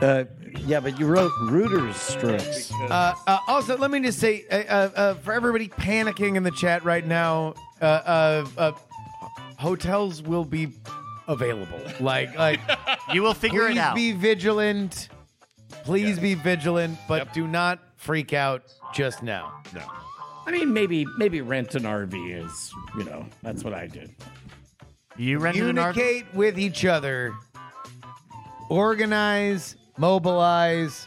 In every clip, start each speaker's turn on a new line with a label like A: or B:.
A: Uh, yeah, but you wrote Reuters strips.
B: Uh, uh, also, let me just say uh, uh, uh, for everybody panicking in the chat right now, uh, uh, uh, hotels will be available. Like, like
C: You will figure
B: please
C: it out.
B: be vigilant. Please be vigilant, but
D: Yep.
B: do not freak out just now.
D: No.
A: I mean, maybe maybe rent an RV is you know that's what I did.
C: you rented an RV.
B: Communicate with each other. Organize, mobilize,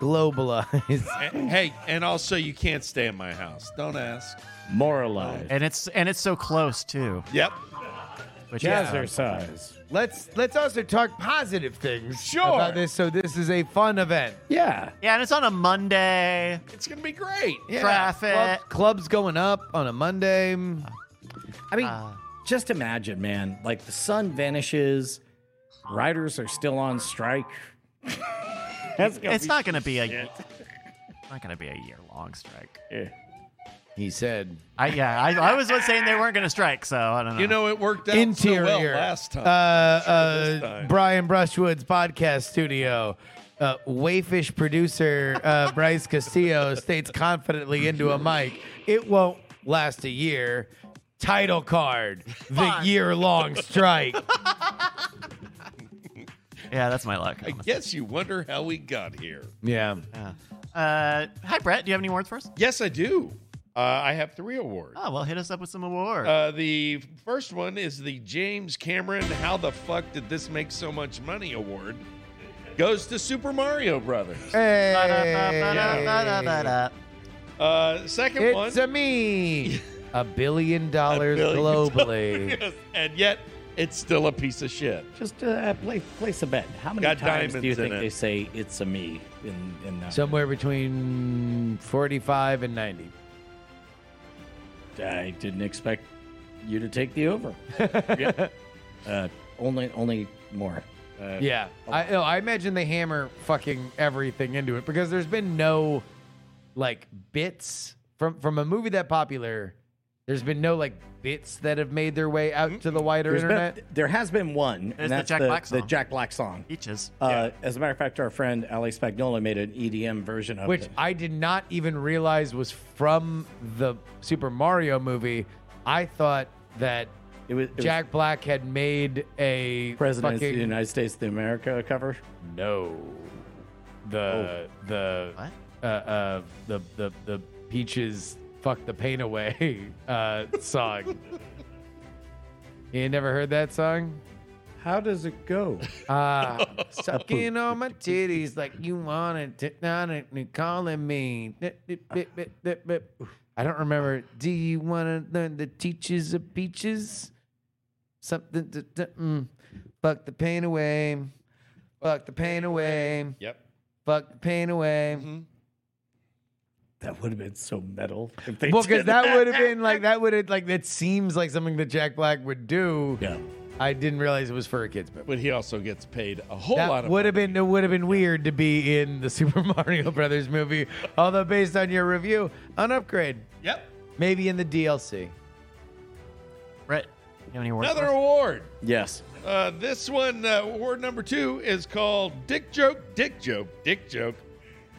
B: globalize.
D: A- hey, and also you can't stay in my house. Don't ask.
A: Moralize,
C: And it's and it's so close too.
D: Yep.
C: But yeah,
A: jazzercise.
B: let's let's also talk positive things
D: Sure.
B: about this. So this is a fun event.
A: Yeah,
C: yeah, and it's on a Monday.
D: It's gonna be great.
C: Traffic.
B: club- clubs going up on a Monday.
A: I mean,
C: Ah.
A: just imagine, man. Like the sun vanishes, writers are still on strike. That's gonna
C: It's
A: be-
C: not going to be a not going to be a year long strike.
B: He said
C: I yeah, I, I was saying they weren't going to strike, so I don't know.
D: You know it worked out
B: interior.
D: so well last time.
B: Uh, uh,
D: this time.
B: Brian Brushwood's podcast studio. Uh, Wayfish producer uh, Bryce Castillo states confidently into a mic, "It won't last a year." Title card: The
C: Fine.
B: year-long strike.
C: yeah, that's my luck.
D: I guess you wonder how we got here.
B: yeah.
C: Uh, hi Brett, do you have any awards for us?
D: Yes, I do. Uh, I have three awards.
C: Oh well, hit us up with some awards.
D: Uh, the first one is the James Cameron How the Fuck Did This Make So Much Money Award. Goes to Super Mario Brothers.
B: Hey.
C: Ba-da-ba-ba-da-ba-da.
D: Uh, second one.
B: It's a me, a billion dollars
D: billion
B: globally.
D: Yes, and yet it's still a piece of shit.
A: Just uh, place place a bet. How many
D: Got
A: times do you
D: diamonds in
A: think
D: it.
A: they say "it's a me" in in that?
B: Somewhere between 45 and 90.
A: I didn't expect you to take the over. Yeah. uh, only only more. Uh,
B: Yeah. I, no, I imagine they hammer fucking everything into it because there's been no like bits from from a movie that popular. There's been no like bits that have made their way out to the wider
A: There's
B: internet.
A: been, there has been one,
C: There's
A: and
C: the
A: that's
C: Jack
A: the,
C: Black
A: the
C: song.
A: Jack Black song.
C: Peaches.
A: Uh, As a matter of fact, our friend Ali Spagnola made an EDM version of
B: which
A: it.
B: I did not even realize was from the Super Mario movie. I thought that
A: It was, it was
B: Jack Black had made a
A: President of
B: fucking
A: the United States of the America cover.
B: No. The the
C: What?
B: Uh, uh the the the peaches fuck the pain away uh song. you ain't never heard that song?
A: How does it go?
B: Uh, sucking on my titties like you wanted to, not calling me. I don't remember. Do you want to learn the teachers of peaches? Something to, to mm. fuck the pain away, fuck the pain away,
D: Yep.
B: fuck the pain away.
D: Mm-hmm.
A: That would have been so metal. If they
B: Well,
A: did
B: because that would have been like that would have like that seems like something that Jack Black would do.
A: Yeah.
B: I didn't realize it was for a kids movie.
D: But he also gets paid a whole lot
B: That
D: of
B: would
D: money.
B: have been it would have been weird to be in the Super Mario Brothers movie. Although based on your review, an upgrade,
D: Yep.
B: maybe in the DLC.
C: Brett, you have any awards?
D: Another
C: for us?
D: award.
A: Yes.
D: Uh, this one, uh, award number two, is called Dick Joke, Dick Joke, Dick Joke,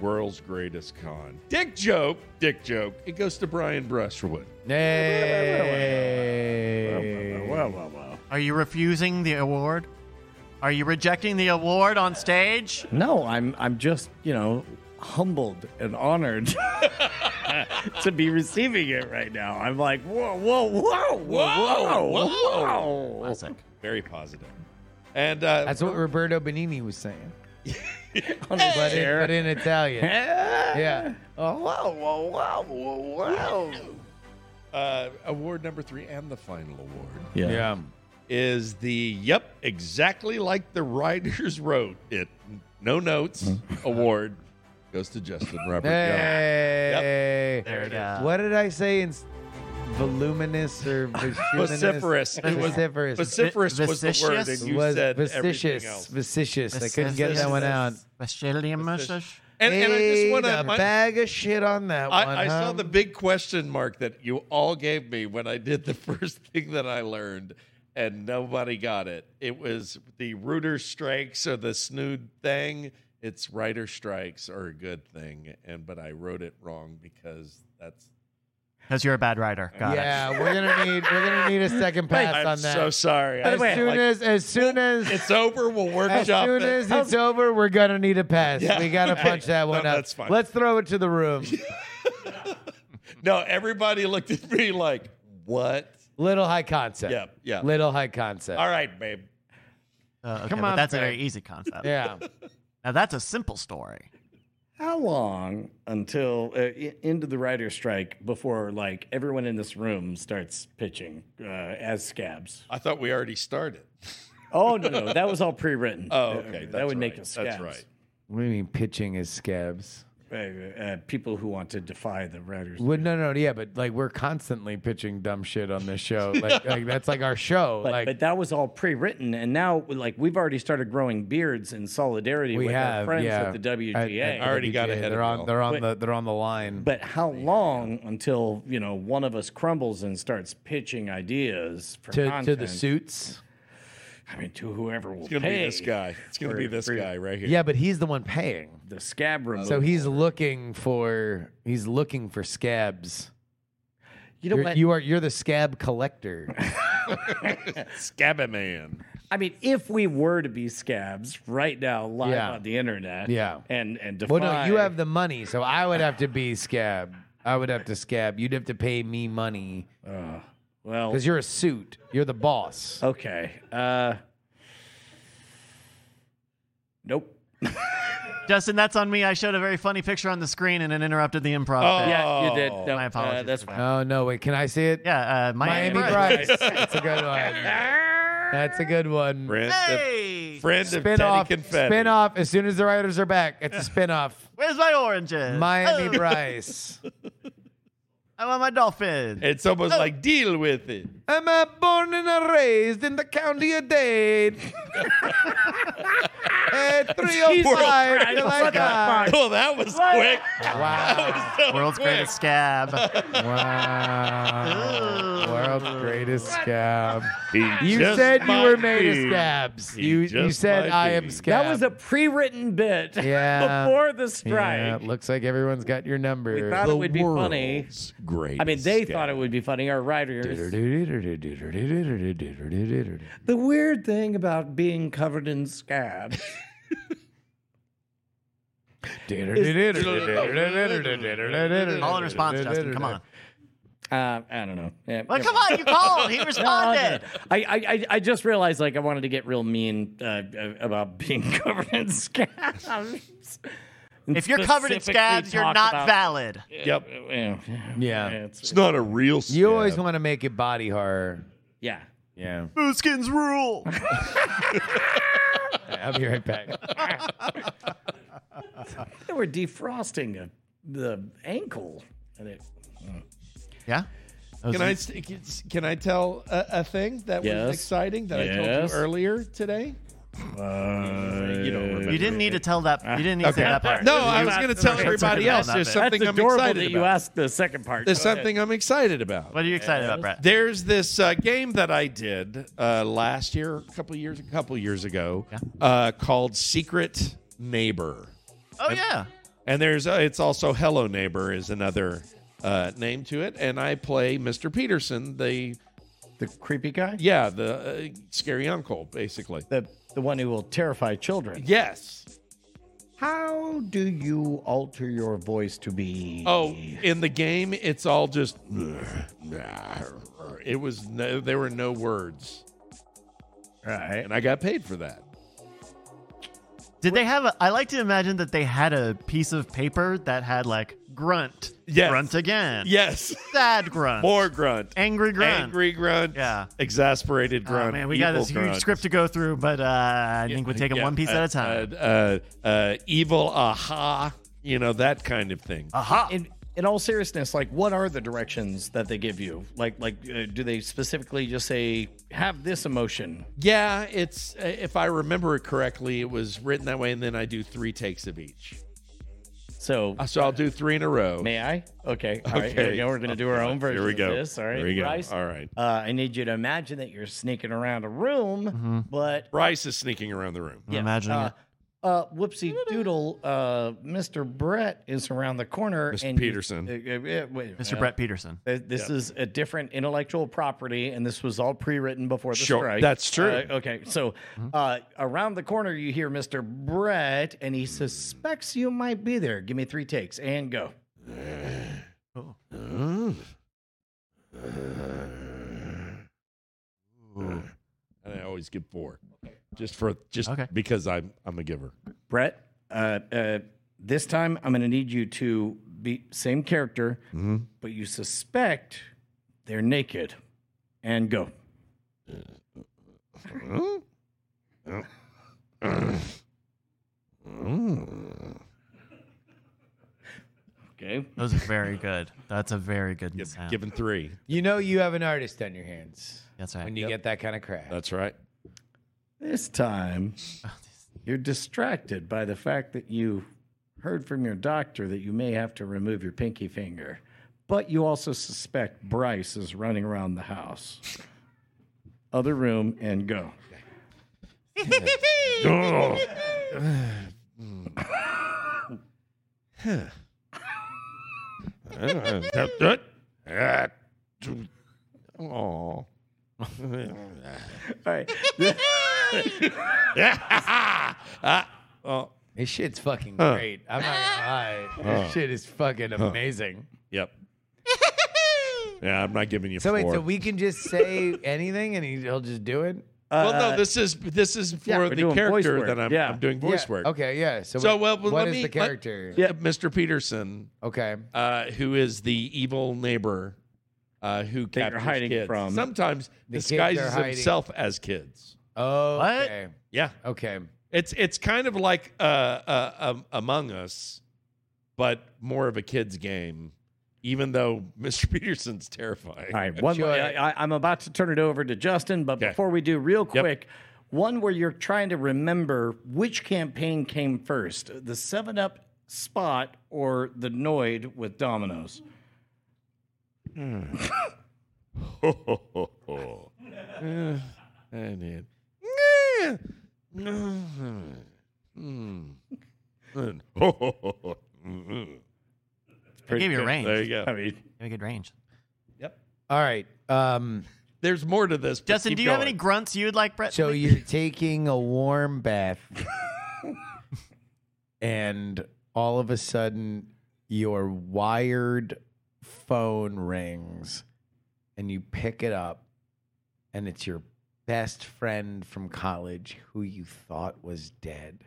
D: World's Greatest Con. Dick Joke, Dick Joke. It goes to Brian Brushwood.
B: Nay.
A: Wow, wow, wow.
C: Are you refusing the award? Are you rejecting the award on stage?
A: No, I'm I'm just, you know, humbled and honored to be receiving it right now. I'm like, whoa, whoa, whoa, whoa,
D: Whoa,
A: whoa.
D: whoa.
C: Classic.
D: Very positive. And uh,
B: That's what Roberto Benini was saying,
A: On his
B: but in,
A: chair.
B: but in Italian. Yeah.
A: Oh, wow, wow, wow, wow, wow.
D: uh, award number three and the final award
A: Yeah.
D: is the Yep, Exactly Like the Writers Wrote It, No Notes
B: Mm-hmm.
D: Award goes to Justin Robert. Young.
B: Hey.
C: There we go.
B: What did I say? In voluminous or voluminous?
D: Vociferous. It was-
B: Vociferous.
D: Vociferous was the word, and you
B: was
D: said everything
B: vicious.
D: else.
B: Vicious. I couldn't get that one out.
C: Australian mustache.
D: And, and I just want
B: Ate
D: to.
B: a bag of shit on that one.
D: I, I
B: huh?
D: saw the big question mark that you all gave me when I did the first thing that I learned, and nobody got it. It was the Rooter strikes or the snood thing. it's writer strikes are a good thing, and but I wrote it wrong because that's.
C: Because you're a bad writer. Got it.
B: yeah, we're gonna need we're gonna need a second pass
D: I'm
B: on that.
D: so sorry.
A: By the
D: I
B: as
A: way,
B: soon
D: like-
B: as as soon as
D: it's over. We'll
B: as
D: workshop
B: soon
D: it.
B: as it's over, we're gonna need a pass.
D: Yeah.
B: We gotta punch that
D: No,
B: one up.
D: that's fine.
B: Let's throw it to the room.
D: no, everybody looked at me like, "What?"
B: Little high concept.
D: Yeah, yeah.
B: Little high concept.
D: All right, babe.
C: Uh, okay,
B: Come
C: but
B: on,
C: that's a
B: Fred.
C: very easy concept.
B: Yeah.
C: Now that's a simple story.
A: How long until uh, i- into the writer strike before like everyone in this room starts pitching uh, as scabs?
D: I thought we already started.
A: Oh no, no, that was all pre-written.
D: Oh, okay,
A: that
D: that's
A: would make
D: right,
A: us scabs.
D: that's right.
B: What do you mean pitching is scabs?
A: Uh, uh, people who want to defy the writers.
B: Well, no, no, yeah, but like we're constantly pitching dumb shit on this show. Like, like that's like our show.
A: But,
B: like
A: but that was all pre-written, and now like we've already started growing beards in solidarity
B: we
A: with our
B: have
A: friends
B: yeah,
A: at the WGA.
B: At- at
D: I already got
B: WGA.
D: ahead of
B: They're
D: y'all.
B: on. They're on
A: But-
B: the. They're on the line.
A: But how long until you know one of us crumbles and starts pitching ideas for
B: to, to
A: content?
B: the suits.
A: I mean, to whoever will
D: It's gonna
A: pay
D: be this guy. It's gonna
A: for-
D: be this
A: for
D: guy right here.
B: Yeah, but he's the one paying.
A: The scab removal.
B: So he's looking for. He's looking for scabs.
A: you know
B: You're,
A: what?
B: you are. You're the scab collector.
D: Scabba man.
A: I mean, if we were to be scabs right now, live
B: Yeah.
A: on the internet,
B: Yeah.
A: and and defy.
B: well, no, you have the money, so I would have to be scab. I would have to scab. You'd have to pay me money
A: well,
B: because you're a suit. You're the boss.
A: okay. Uh, nope.
C: Justin, that's on me. I showed a very funny picture on the screen and it interrupted the improv.
D: Oh.
C: bit.
A: Yeah, you did.
D: Oh,
A: No,
C: my
A: uh,
C: apologies
A: that's
C: for
A: fine.
C: that.
B: Oh no! Wait, can I see it?
C: Yeah, uh, Miami,
B: Miami Vice. That's a good one. That's a good one.
D: Friend,
C: Hey!
D: of, friend of
B: Spin
D: Teddy
B: off.
D: Confetti.
B: Spin off. As soon as the writers are back, it's a spin off.
C: Where's my oranges?
B: Miami
C: Oh,
B: Bryce.
C: I want my dolphin.
D: It's almost like deal with it.
B: Am I born and raised in the county of Dade? At 305 till I die.
D: Oh, that was quick.
B: Wow.
C: World's greatest scab.
B: Wow. World's greatest scab.
D: He
B: You
D: just
B: said you
D: might
B: were made of
D: be.
B: scabs.
D: He
B: You, you
D: just
B: said
D: might
B: I
D: be.
B: am
D: That
B: scab.
A: That was a pre-written bit
B: Yeah.
A: before the
B: Yeah,
A: strike.
B: looks like everyone's got your number.
A: we thought
B: The
A: it would be funny.
D: It's great.
A: I mean, they thought it would be funny. Our writers.
B: That's
A: The weird thing about being covered in scab.
C: All in response, Justin. Come on.
A: uh, I don't know. Yeah,
C: Well,
A: yeah.
C: come on. You called. He
A: I,
C: responded.
A: I, I- I just realized like I wanted to get real mean uh, uh, about being covered in scabs.
C: If you're covered in
A: Specifically
C: scabs, you're
A: talk
C: not
A: about-
C: valid.
D: Yep.
A: Yeah, yeah,
B: Yeah.
A: it's-
D: It's not a real scab.
B: You always want to make it body horror.
A: yeah.
B: Yeah.
C: Booskins rule.
B: I'll be right back.
A: They were defrosting a, the ankle, and it.
C: yeah.
D: Can I st- can I tell a, a thing that
A: Yes.
D: was exciting that I told
A: Yes.
D: you earlier today?
B: Uh,
D: you don't remember.
C: You didn't need to tell that. You didn't need to say that part.
D: No, I was going to tell
C: That's
D: everybody
C: okay.
D: else. There's
C: That's
D: something
A: That's
D: I'm
A: adorable
D: excited
A: that you
D: about.
A: asked the second part.
D: There's
A: Go ahead.
D: something I'm excited about.
C: What are you excited about, Brett?
D: There's this uh, game that I did uh, last year, a couple years, a couple years ago, uh, called Secret Neighbor,
C: Oh yeah.
D: and there's uh, it's also Hello Neighbor is another uh, name to it, and I play Mr. Peterson, the
A: The creepy guy.
D: yeah, the uh, scary uncle, basically.
A: The the one who will terrify children.
D: Yes.
A: How do you alter your voice to be?
D: Oh, in the game, it's all just. It was no, there were no words,
A: right.
D: and I got paid for that.
C: Did they have a? I like to imagine that they had a piece of paper that had like grunt,
D: Yes.
C: grunt again,
D: Yes,
C: sad grunt,
D: more grunt,
C: angry grunt.
D: angry grunt,
C: Yeah.
D: exasperated
C: Oh
D: grunt.
C: man, we got
D: evil
C: this huge
D: grunt.
C: script to go through, but uh, I think we'll take it
D: Yeah,
C: one piece
D: uh,
C: at a time.
D: Uh, uh, uh, evil, aha, you know that kind of thing.
C: Aha!
A: In in all seriousness, like what are the directions that they give you? Like like uh, do they specifically just say have this emotion?
D: Yeah, it's uh, if I remember it correctly, it was written that way, and then I do three takes of each.
A: So
D: Uh, So I'll do three in a row.
A: may I? Okay. All right.
D: Okay.
A: Here we go. We're gonna do our own version.
D: Here we go.
A: Of this. All right.
D: Here we go.
A: Bryce,
D: All right.
A: Uh, I need you to imagine that you're sneaking around a room, but
D: Bryce is sneaking around the room.
C: Mm-hmm. I'm imagining
A: uh,
C: it.
A: uh, whoopsie doodle, uh, Mr. Brett is around the corner.
D: Mr.
A: and you-
D: Peterson.
A: uh, uh, uh, wait,
C: Mr.
A: uh,
C: Brett Peterson.
A: uh, This is a different intellectual property, and this was all pre-written before the
D: Sure,
A: strike.
D: that's true.
A: Uh, okay, so
C: Mm-hmm.
A: uh, around the corner, you hear Mr. Brett, and he suspects you might be there. Give me three takes and go.
D: And I always give four, just for just
C: Okay.
D: because I'm I'm a giver.
A: Brett, uh, uh, this time I'm going to need you to be same character, but you suspect they're naked, and go. Okay.
C: Those are very good. That's a very good
D: Give,
C: sound.
D: Given three,
B: You know you have an artist on your hands
C: That's
B: when
C: right.
B: you get that kind of crap.
D: that's right.
A: This time, you're distracted by the fact that you heard from your doctor that you may have to remove your pinky finger, but you also suspect Bryce is running around the house. Other room and go.
D: Oh.
A: All right.
D: oh.
B: This shit's fucking great. I'm not gonna lie. This shit is fucking amazing.
D: Yep. yeah, I'm not giving you
B: So
D: four.
B: wait, so we can just say anything and he'll just do it?
D: well,
B: Uh,
D: no, this is this is for
A: we're
D: the
A: doing voice
D: character
A: work.
D: that I'm,
A: Yeah.
D: I'm doing voice
B: Yeah,
D: work.
B: Okay, yeah. So,
D: So,
B: what-
D: well, well,
B: what
D: let
B: is
D: me-
B: the
D: let-
B: character?
D: Yeah, Mr. Peterson,
B: Okay.
D: uh, who is the evil neighbor uh, who
A: you're
D: captures
A: hiding
D: kids.
A: from.
D: Sometimes
B: kids are
D: disguises
B: hiding.
D: himself as kids.
B: Oh, okay.
D: Yeah,
B: Okay.
D: it's it's kind of like uh, uh, um, Among Us, but more of a kids game. Even though Mr. Peterson's terrifying.
A: All right, one.
B: Sure.
A: I, I- I'm about to turn it over to Justin, but
D: Okay.
A: before we do, real quick, one where you're trying to remember which campaign came first: the Seven Up spot or the Noid with Dominoes.
D: Eh, I did.
C: I gave you a range.
D: There you
A: I
D: go.
A: mean,
C: Gave you a good range.
D: Yep.
B: All right. Um,
D: There's more to this. but
C: Justin,
D: keep
C: do you have
D: going.
C: any grunts you would like, Brett?
B: so you're taking a warm bath, and all of a sudden, your wired phone rings, and you pick it up, and it's your best friend from college who you thought was dead,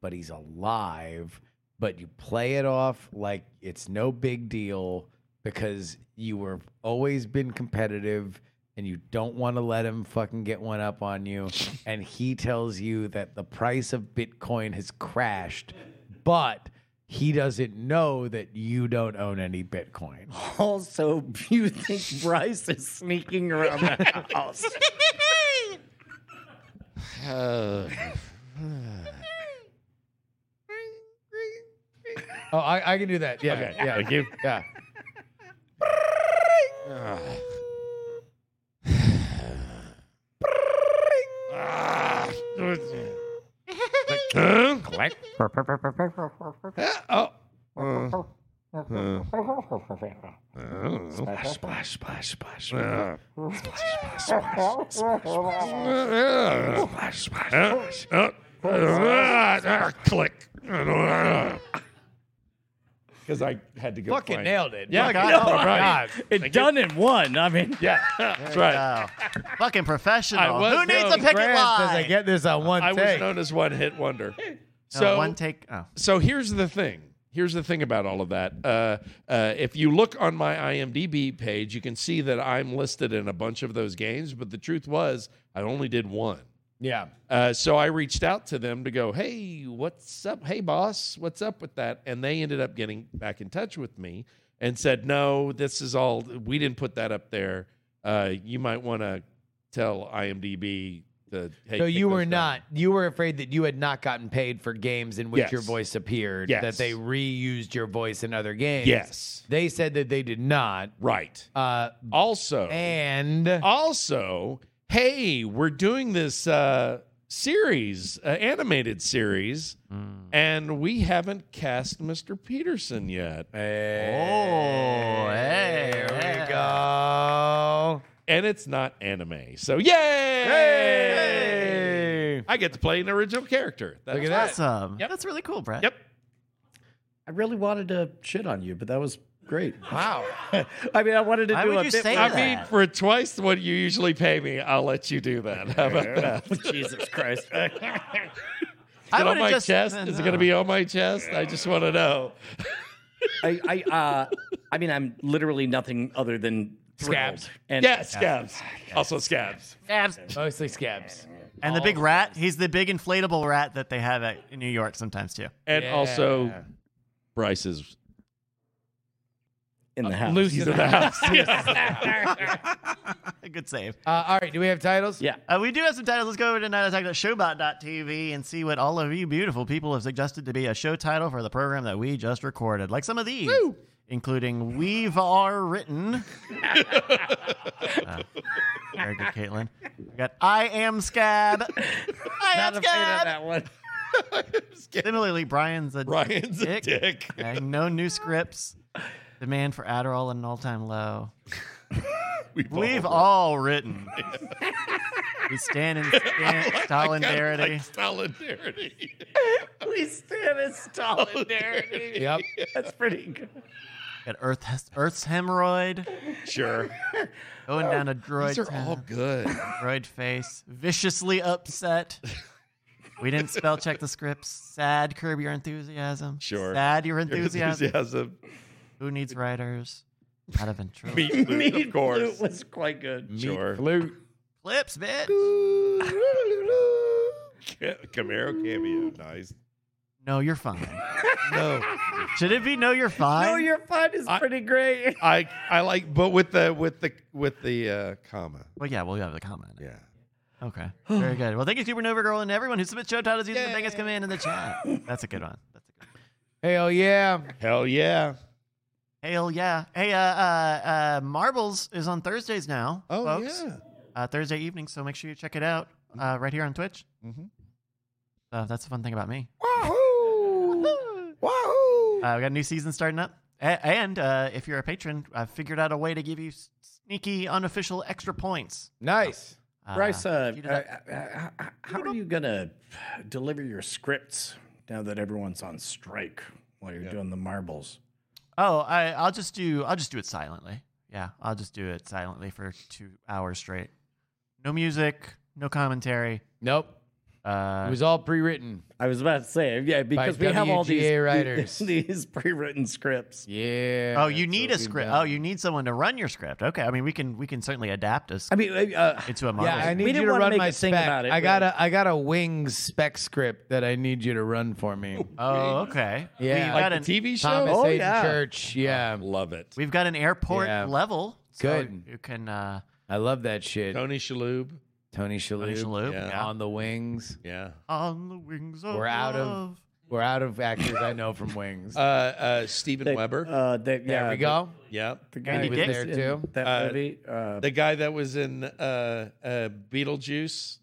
B: but he's alive. But you play it off like it's no big deal because you were always been competitive and you don't want to let him fucking get one up on you. And he tells you that the price of Bitcoin has crashed, but he doesn't know that you don't own any Bitcoin.
A: also, you think Bryce is sneaking around the house?
D: Uh,
B: Oh, I, I can do that. Yeah. Yeah.
D: Thank you.
B: Yeah.
D: Huh? Huh? Oh.
A: splash! Splash! Splash! Splash!
D: Uh.
A: Splash! Splash!
D: Splash, splash, splash. Click. Because I had to go.
B: Fucking
D: find-
B: nailed it.
D: Yeah,
B: Fucking-
D: I
B: oh,
D: got it.
B: my
D: Right.
B: God.
A: It done in one. I mean,
D: Yeah, that's right.
C: Wow. Fucking professional.
D: I was
C: Who needs
D: known
C: a picket
B: Grants
C: line?
B: does I get this on one
D: I was
B: take.
D: known as one hit wonder.
C: Oh,
D: So
C: one take. Oh.
D: so here's the thing. Here's the thing about all of that. Uh, uh, if you look on my IMDb page, you can see that I'm listed in a bunch of those games. But the truth was, I only did one.
B: yeah.
D: Uh, so I reached out to them to go, hey, what's up? Hey, boss, what's up with that? And they ended up getting back in touch with me and said, no, this is all, we didn't put that up there. Uh, you might want to tell IMDb to, hey,
B: So
D: kick
B: you were
D: those down."
B: not, you were afraid that you had not gotten paid for games in which
D: Yes.
B: your voice appeared,
D: Yes.
B: that they reused your voice in other games.
D: Yes.
B: They said that they did not.
D: Right.
B: Uh,
D: Also,
B: and
D: Oh. also, hey, we're doing this uh, series, uh, animated series,
B: Hmm.
C: Mm.
D: and we haven't cast Mr. Peterson yet.
B: Oh,
C: hey,
B: Here
C: yeah.
B: we go.
D: And it's not anime. So, yay! I get to play an original character. That's
B: Look at
D: right.
B: that.
C: Awesome.
D: Yep.
C: That's really cool, Brett.
D: Yep.
A: I really wanted to shit on you, but that was great.
B: Wow.
A: I mean, I wanted to
C: Why
A: do
C: would
A: a
C: you
A: bit
C: say
A: with-
D: I mean, for twice what you usually pay me, I'll let you do that. How about that? Is
A: Jesus Christ.
C: I
D: it on
C: would've
D: my
C: just-
D: chest?
C: uh,
D: Is it going to
C: no.
D: be on my chest? I just want to know.
A: I, I, uh, I mean, I'm literally nothing other than thrilled.
B: Scabs.
A: And
D: Yeah, scabs. Also scabs.
C: Abs- Oh.
B: Mostly scabs.
C: And the big rat. He's the big inflatable rat that they have at, in New York sometimes too.
D: And
B: Yeah.
D: also Bryce is
A: in the house.
D: loose in the house.
C: Good save.
B: Uh, all right. Do we have titles?
A: Yeah.
C: Uh, we do have some titles. Let's go over to nightattack.showbot.tv and see what all of you beautiful people have suggested to be a show title for the program that we just recorded. Like some of these, including We've Are Written. Uh, very good, Caitlin. We got I Am Scab. I Am Scab.
A: one.
C: Similarly, Brian's a
D: Ryan's a
C: Dick.
D: dick.
C: Okay, no new scripts. Demand for Adderall at an all-time low.
D: We've,
C: We've
D: all-
C: all written. we stand in stand-
D: I kinda
C: solidarity.
D: like solidarity.
A: We stand as solidarity.
B: Yep.
A: That's pretty good.
C: Got Earth Earth's hemorrhoid.
D: Sure.
C: Going down a droid.
D: These are all
C: town,
D: good.
C: droid face. Viciously upset. We didn't spell check the scripts. Sad, curb your enthusiasm.
D: Sure.
C: Sad, your
D: Your
C: enthusiasm.
D: enthusiasm.
C: Who needs writers? Out of intro.
D: Meat flute, of course.
A: It was quite good.
D: Sure.
B: Flute.
C: Clips, bitch.
D: Camaro cameo. Nice.
C: No, you're fine.
D: No.
C: Should it be no, you're fine?
A: No, your fun is
D: I-
A: pretty great.
D: I I like but with the with the with the uh comma.
C: Well, yeah, we'll have the comment.
D: Yeah.
C: Okay. Very good. Well, thank you, Supernova Girl, and everyone who submits show titles using the biggest command in the chat. That's a good one. That's a good one.
B: Hell yeah.
D: Hell yeah.
C: Hail, yeah. Hey, uh, uh, uh, Marbles is on Thursdays now.
D: Oh
C: folks.
D: yeah. Mm-hmm.
C: Uh, Thursday evening, so make sure you check it out uh, right here on Twitch.
D: Mhm.
C: Uh, that's the fun thing about me.
D: Wahoo! Wahoo!
C: Uh, we got a new season starting up. A- and uh, if you're a patron, I've figured out a way to give you s- sneaky, unofficial extra points.
B: Nice.
C: Uh,
A: Bryce, uh,
C: if you do
A: uh,
C: that-
A: uh, uh, uh, how are you going to deliver your scripts now that everyone's on strike while you're doing the marbles?
C: Oh, I, I'll just do I'll just do it silently. Yeah, I'll just do it silently for two hours straight. No music, no commentary.
B: Nope. It
C: Uh,
B: was all pre-written.
A: I was about to say, yeah, because we have all these
B: WGA writers.
A: these pre-written scripts.
B: Yeah.
C: oh, you
B: that's
C: need
B: what
C: a
B: we've
C: script.
B: done.
C: Oh, you need someone to run your script. Okay, I mean we can we can certainly adapt us
A: I mean, uh,
C: into a
B: Yeah,
C: Marvel.
B: I
A: We
B: need you
A: didn't
B: to
A: wanna
B: run
A: make
B: my
A: a thing
B: spec.
A: about it,
B: I
A: really.
B: got a I got a wings spec script that I need you to run for me.
C: oh, okay.
B: Yeah.
C: we've
B: Like
C: got
D: the
C: an
D: TV show?
B: Thomas
A: Oh,
B: Hayden
A: yeah.
B: Church. Yeah,
D: Love it.
C: we've got an airport
B: Yeah.
C: level. So
B: Good.
C: You can uh,
B: I love that shit.
D: Tony Shalhoub.
B: Tony Shalhoub,
C: Tony Shalhoub,
D: yeah.
C: yeah.
B: on the wings.
D: Yeah.
C: on the wings of
B: We're out of-
C: love.
B: We're out of actors I know from wings.
D: Uh uh Steven
A: they-
D: Weber.
A: Uh, they,
B: there
A: yeah,
B: we go.
D: yeah.
A: The, the guy
B: Andy
A: who was
C: Dick.
A: there
B: There, too.
A: too. That
D: Uh,
A: movie. Uh,
D: The guy that was in uh uh Beetlejuice.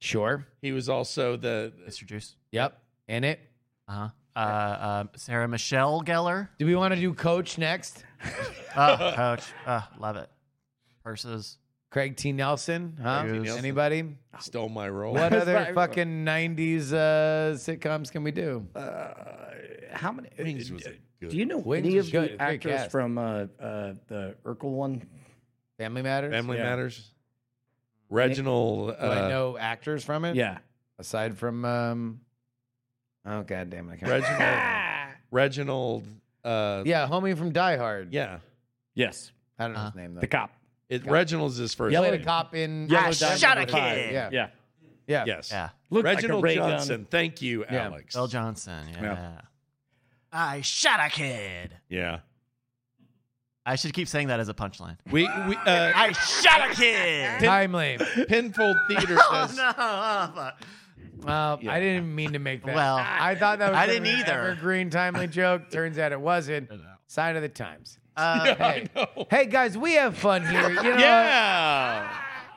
B: Sure.
D: He was also the
C: Mr. Juice.
B: Yep. In it.
C: Uh-huh. Uh uh, Sarah Michelle Gellar.
B: Do we want to do Coach next?
C: Oh, coach. Oh, love it. Purses.
B: Craig T. Nelson? Huh?
C: Craig T. Nelson.
B: Anybody?
D: stole my role.
B: What other
A: Sorry.
B: fucking '90s uh, sitcoms can we do?
A: Uh, how many?
D: Wings was a good
A: Do you know
B: Wings
A: any
B: was
A: of
B: good. It's a
A: the
B: great
A: actors
B: cast.
A: from uh, uh, the Urkel one?
B: Family Matters.
D: Family
A: Yeah.
D: Matters. Reginald
B: Do I
D: uh,
B: know actors from it?
A: Yeah.
B: Aside from, um, oh god damn it, I can't.
D: Reginald Reginald uh yeah.
B: yeah, homie from Die Hard.
A: Yes.
B: I don't know
C: Uh,
B: his name though.
A: The cop.
D: It, Reginald's his first
B: Played
D: name.
B: a cop in.
A: Yellow
B: Ah,
A: Diamond
C: shut
A: number
C: up,
A: five.
C: kid.
B: Yeah.
A: Yeah.
B: Yeah.
D: Yes.
C: Yeah.
A: Looked like a
D: Reginald
A: ray gun.
D: Johnson. Thank you,
B: Yeah.
D: Alex.
C: Bill Johnson. Yeah.
D: Yeah.
C: I shot a kid.
D: Yeah.
C: I should keep saying that as a punchline.
D: We we uh
C: I shot a kid.
B: Timely.
D: Pinfold Theater
C: Oh,
D: does
C: no. Oh, fuck.
B: Well, I didn't mean to make that.
C: Well,
B: I thought that was
C: I didn't
B: gonna be an
C: either.
B: Evergreen timely joke. Turns out it wasn't. Sign of the times.
C: Uh,
D: I know.
B: Hey guys, we have fun here. You know,
D: Yeah.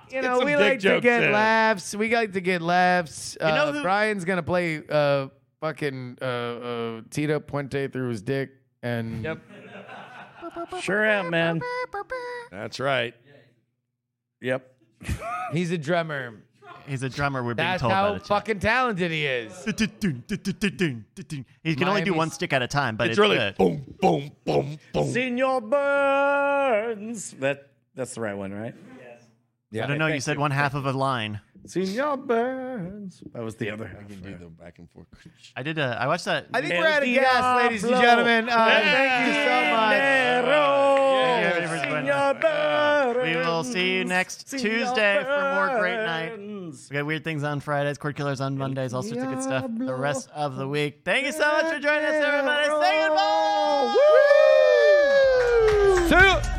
B: you
D: Get
B: know,
D: some
B: we
D: dick
B: like to
D: jokes
B: get
D: in.
B: laughs. We like to get laughs. Uh,
C: know who-
B: Brian's gonna play uh, fucking uh, uh, Tito Puente through his dick, and
D: Yep.
A: Sure am, man.
D: That's right.
A: Yep.
B: he's a drummer.
C: He's a drummer. We're being
B: That's
C: told
B: how
C: by the
B: fucking talented he is.
C: fucking. He can only do
B: Miami's-
C: one stick at a time, but
D: It's,
C: it's,
D: really
C: good.
D: boom, boom, boom, boom.
A: Senor Burns. That that's the right one, right?
C: I don't know. You said one half of a line.
A: Senor Burns. That was the other half.
D: do the back and forth.
C: I did. A, I watched that.
B: I think
A: El
B: we're out of gas, ladies and
A: Diablo.
B: gentlemen. Uh, Thank you so much.
A: Dinero,
C: Thank you, everybody.
A: Senor Burns.
C: We will see you next Tuesday for more great night. we got weird things on Fridays, Chord Killers on Mondays, all sorts of good stuff the rest of the week. Thank you so much for joining us, everybody. Say goodbye.
B: See ya.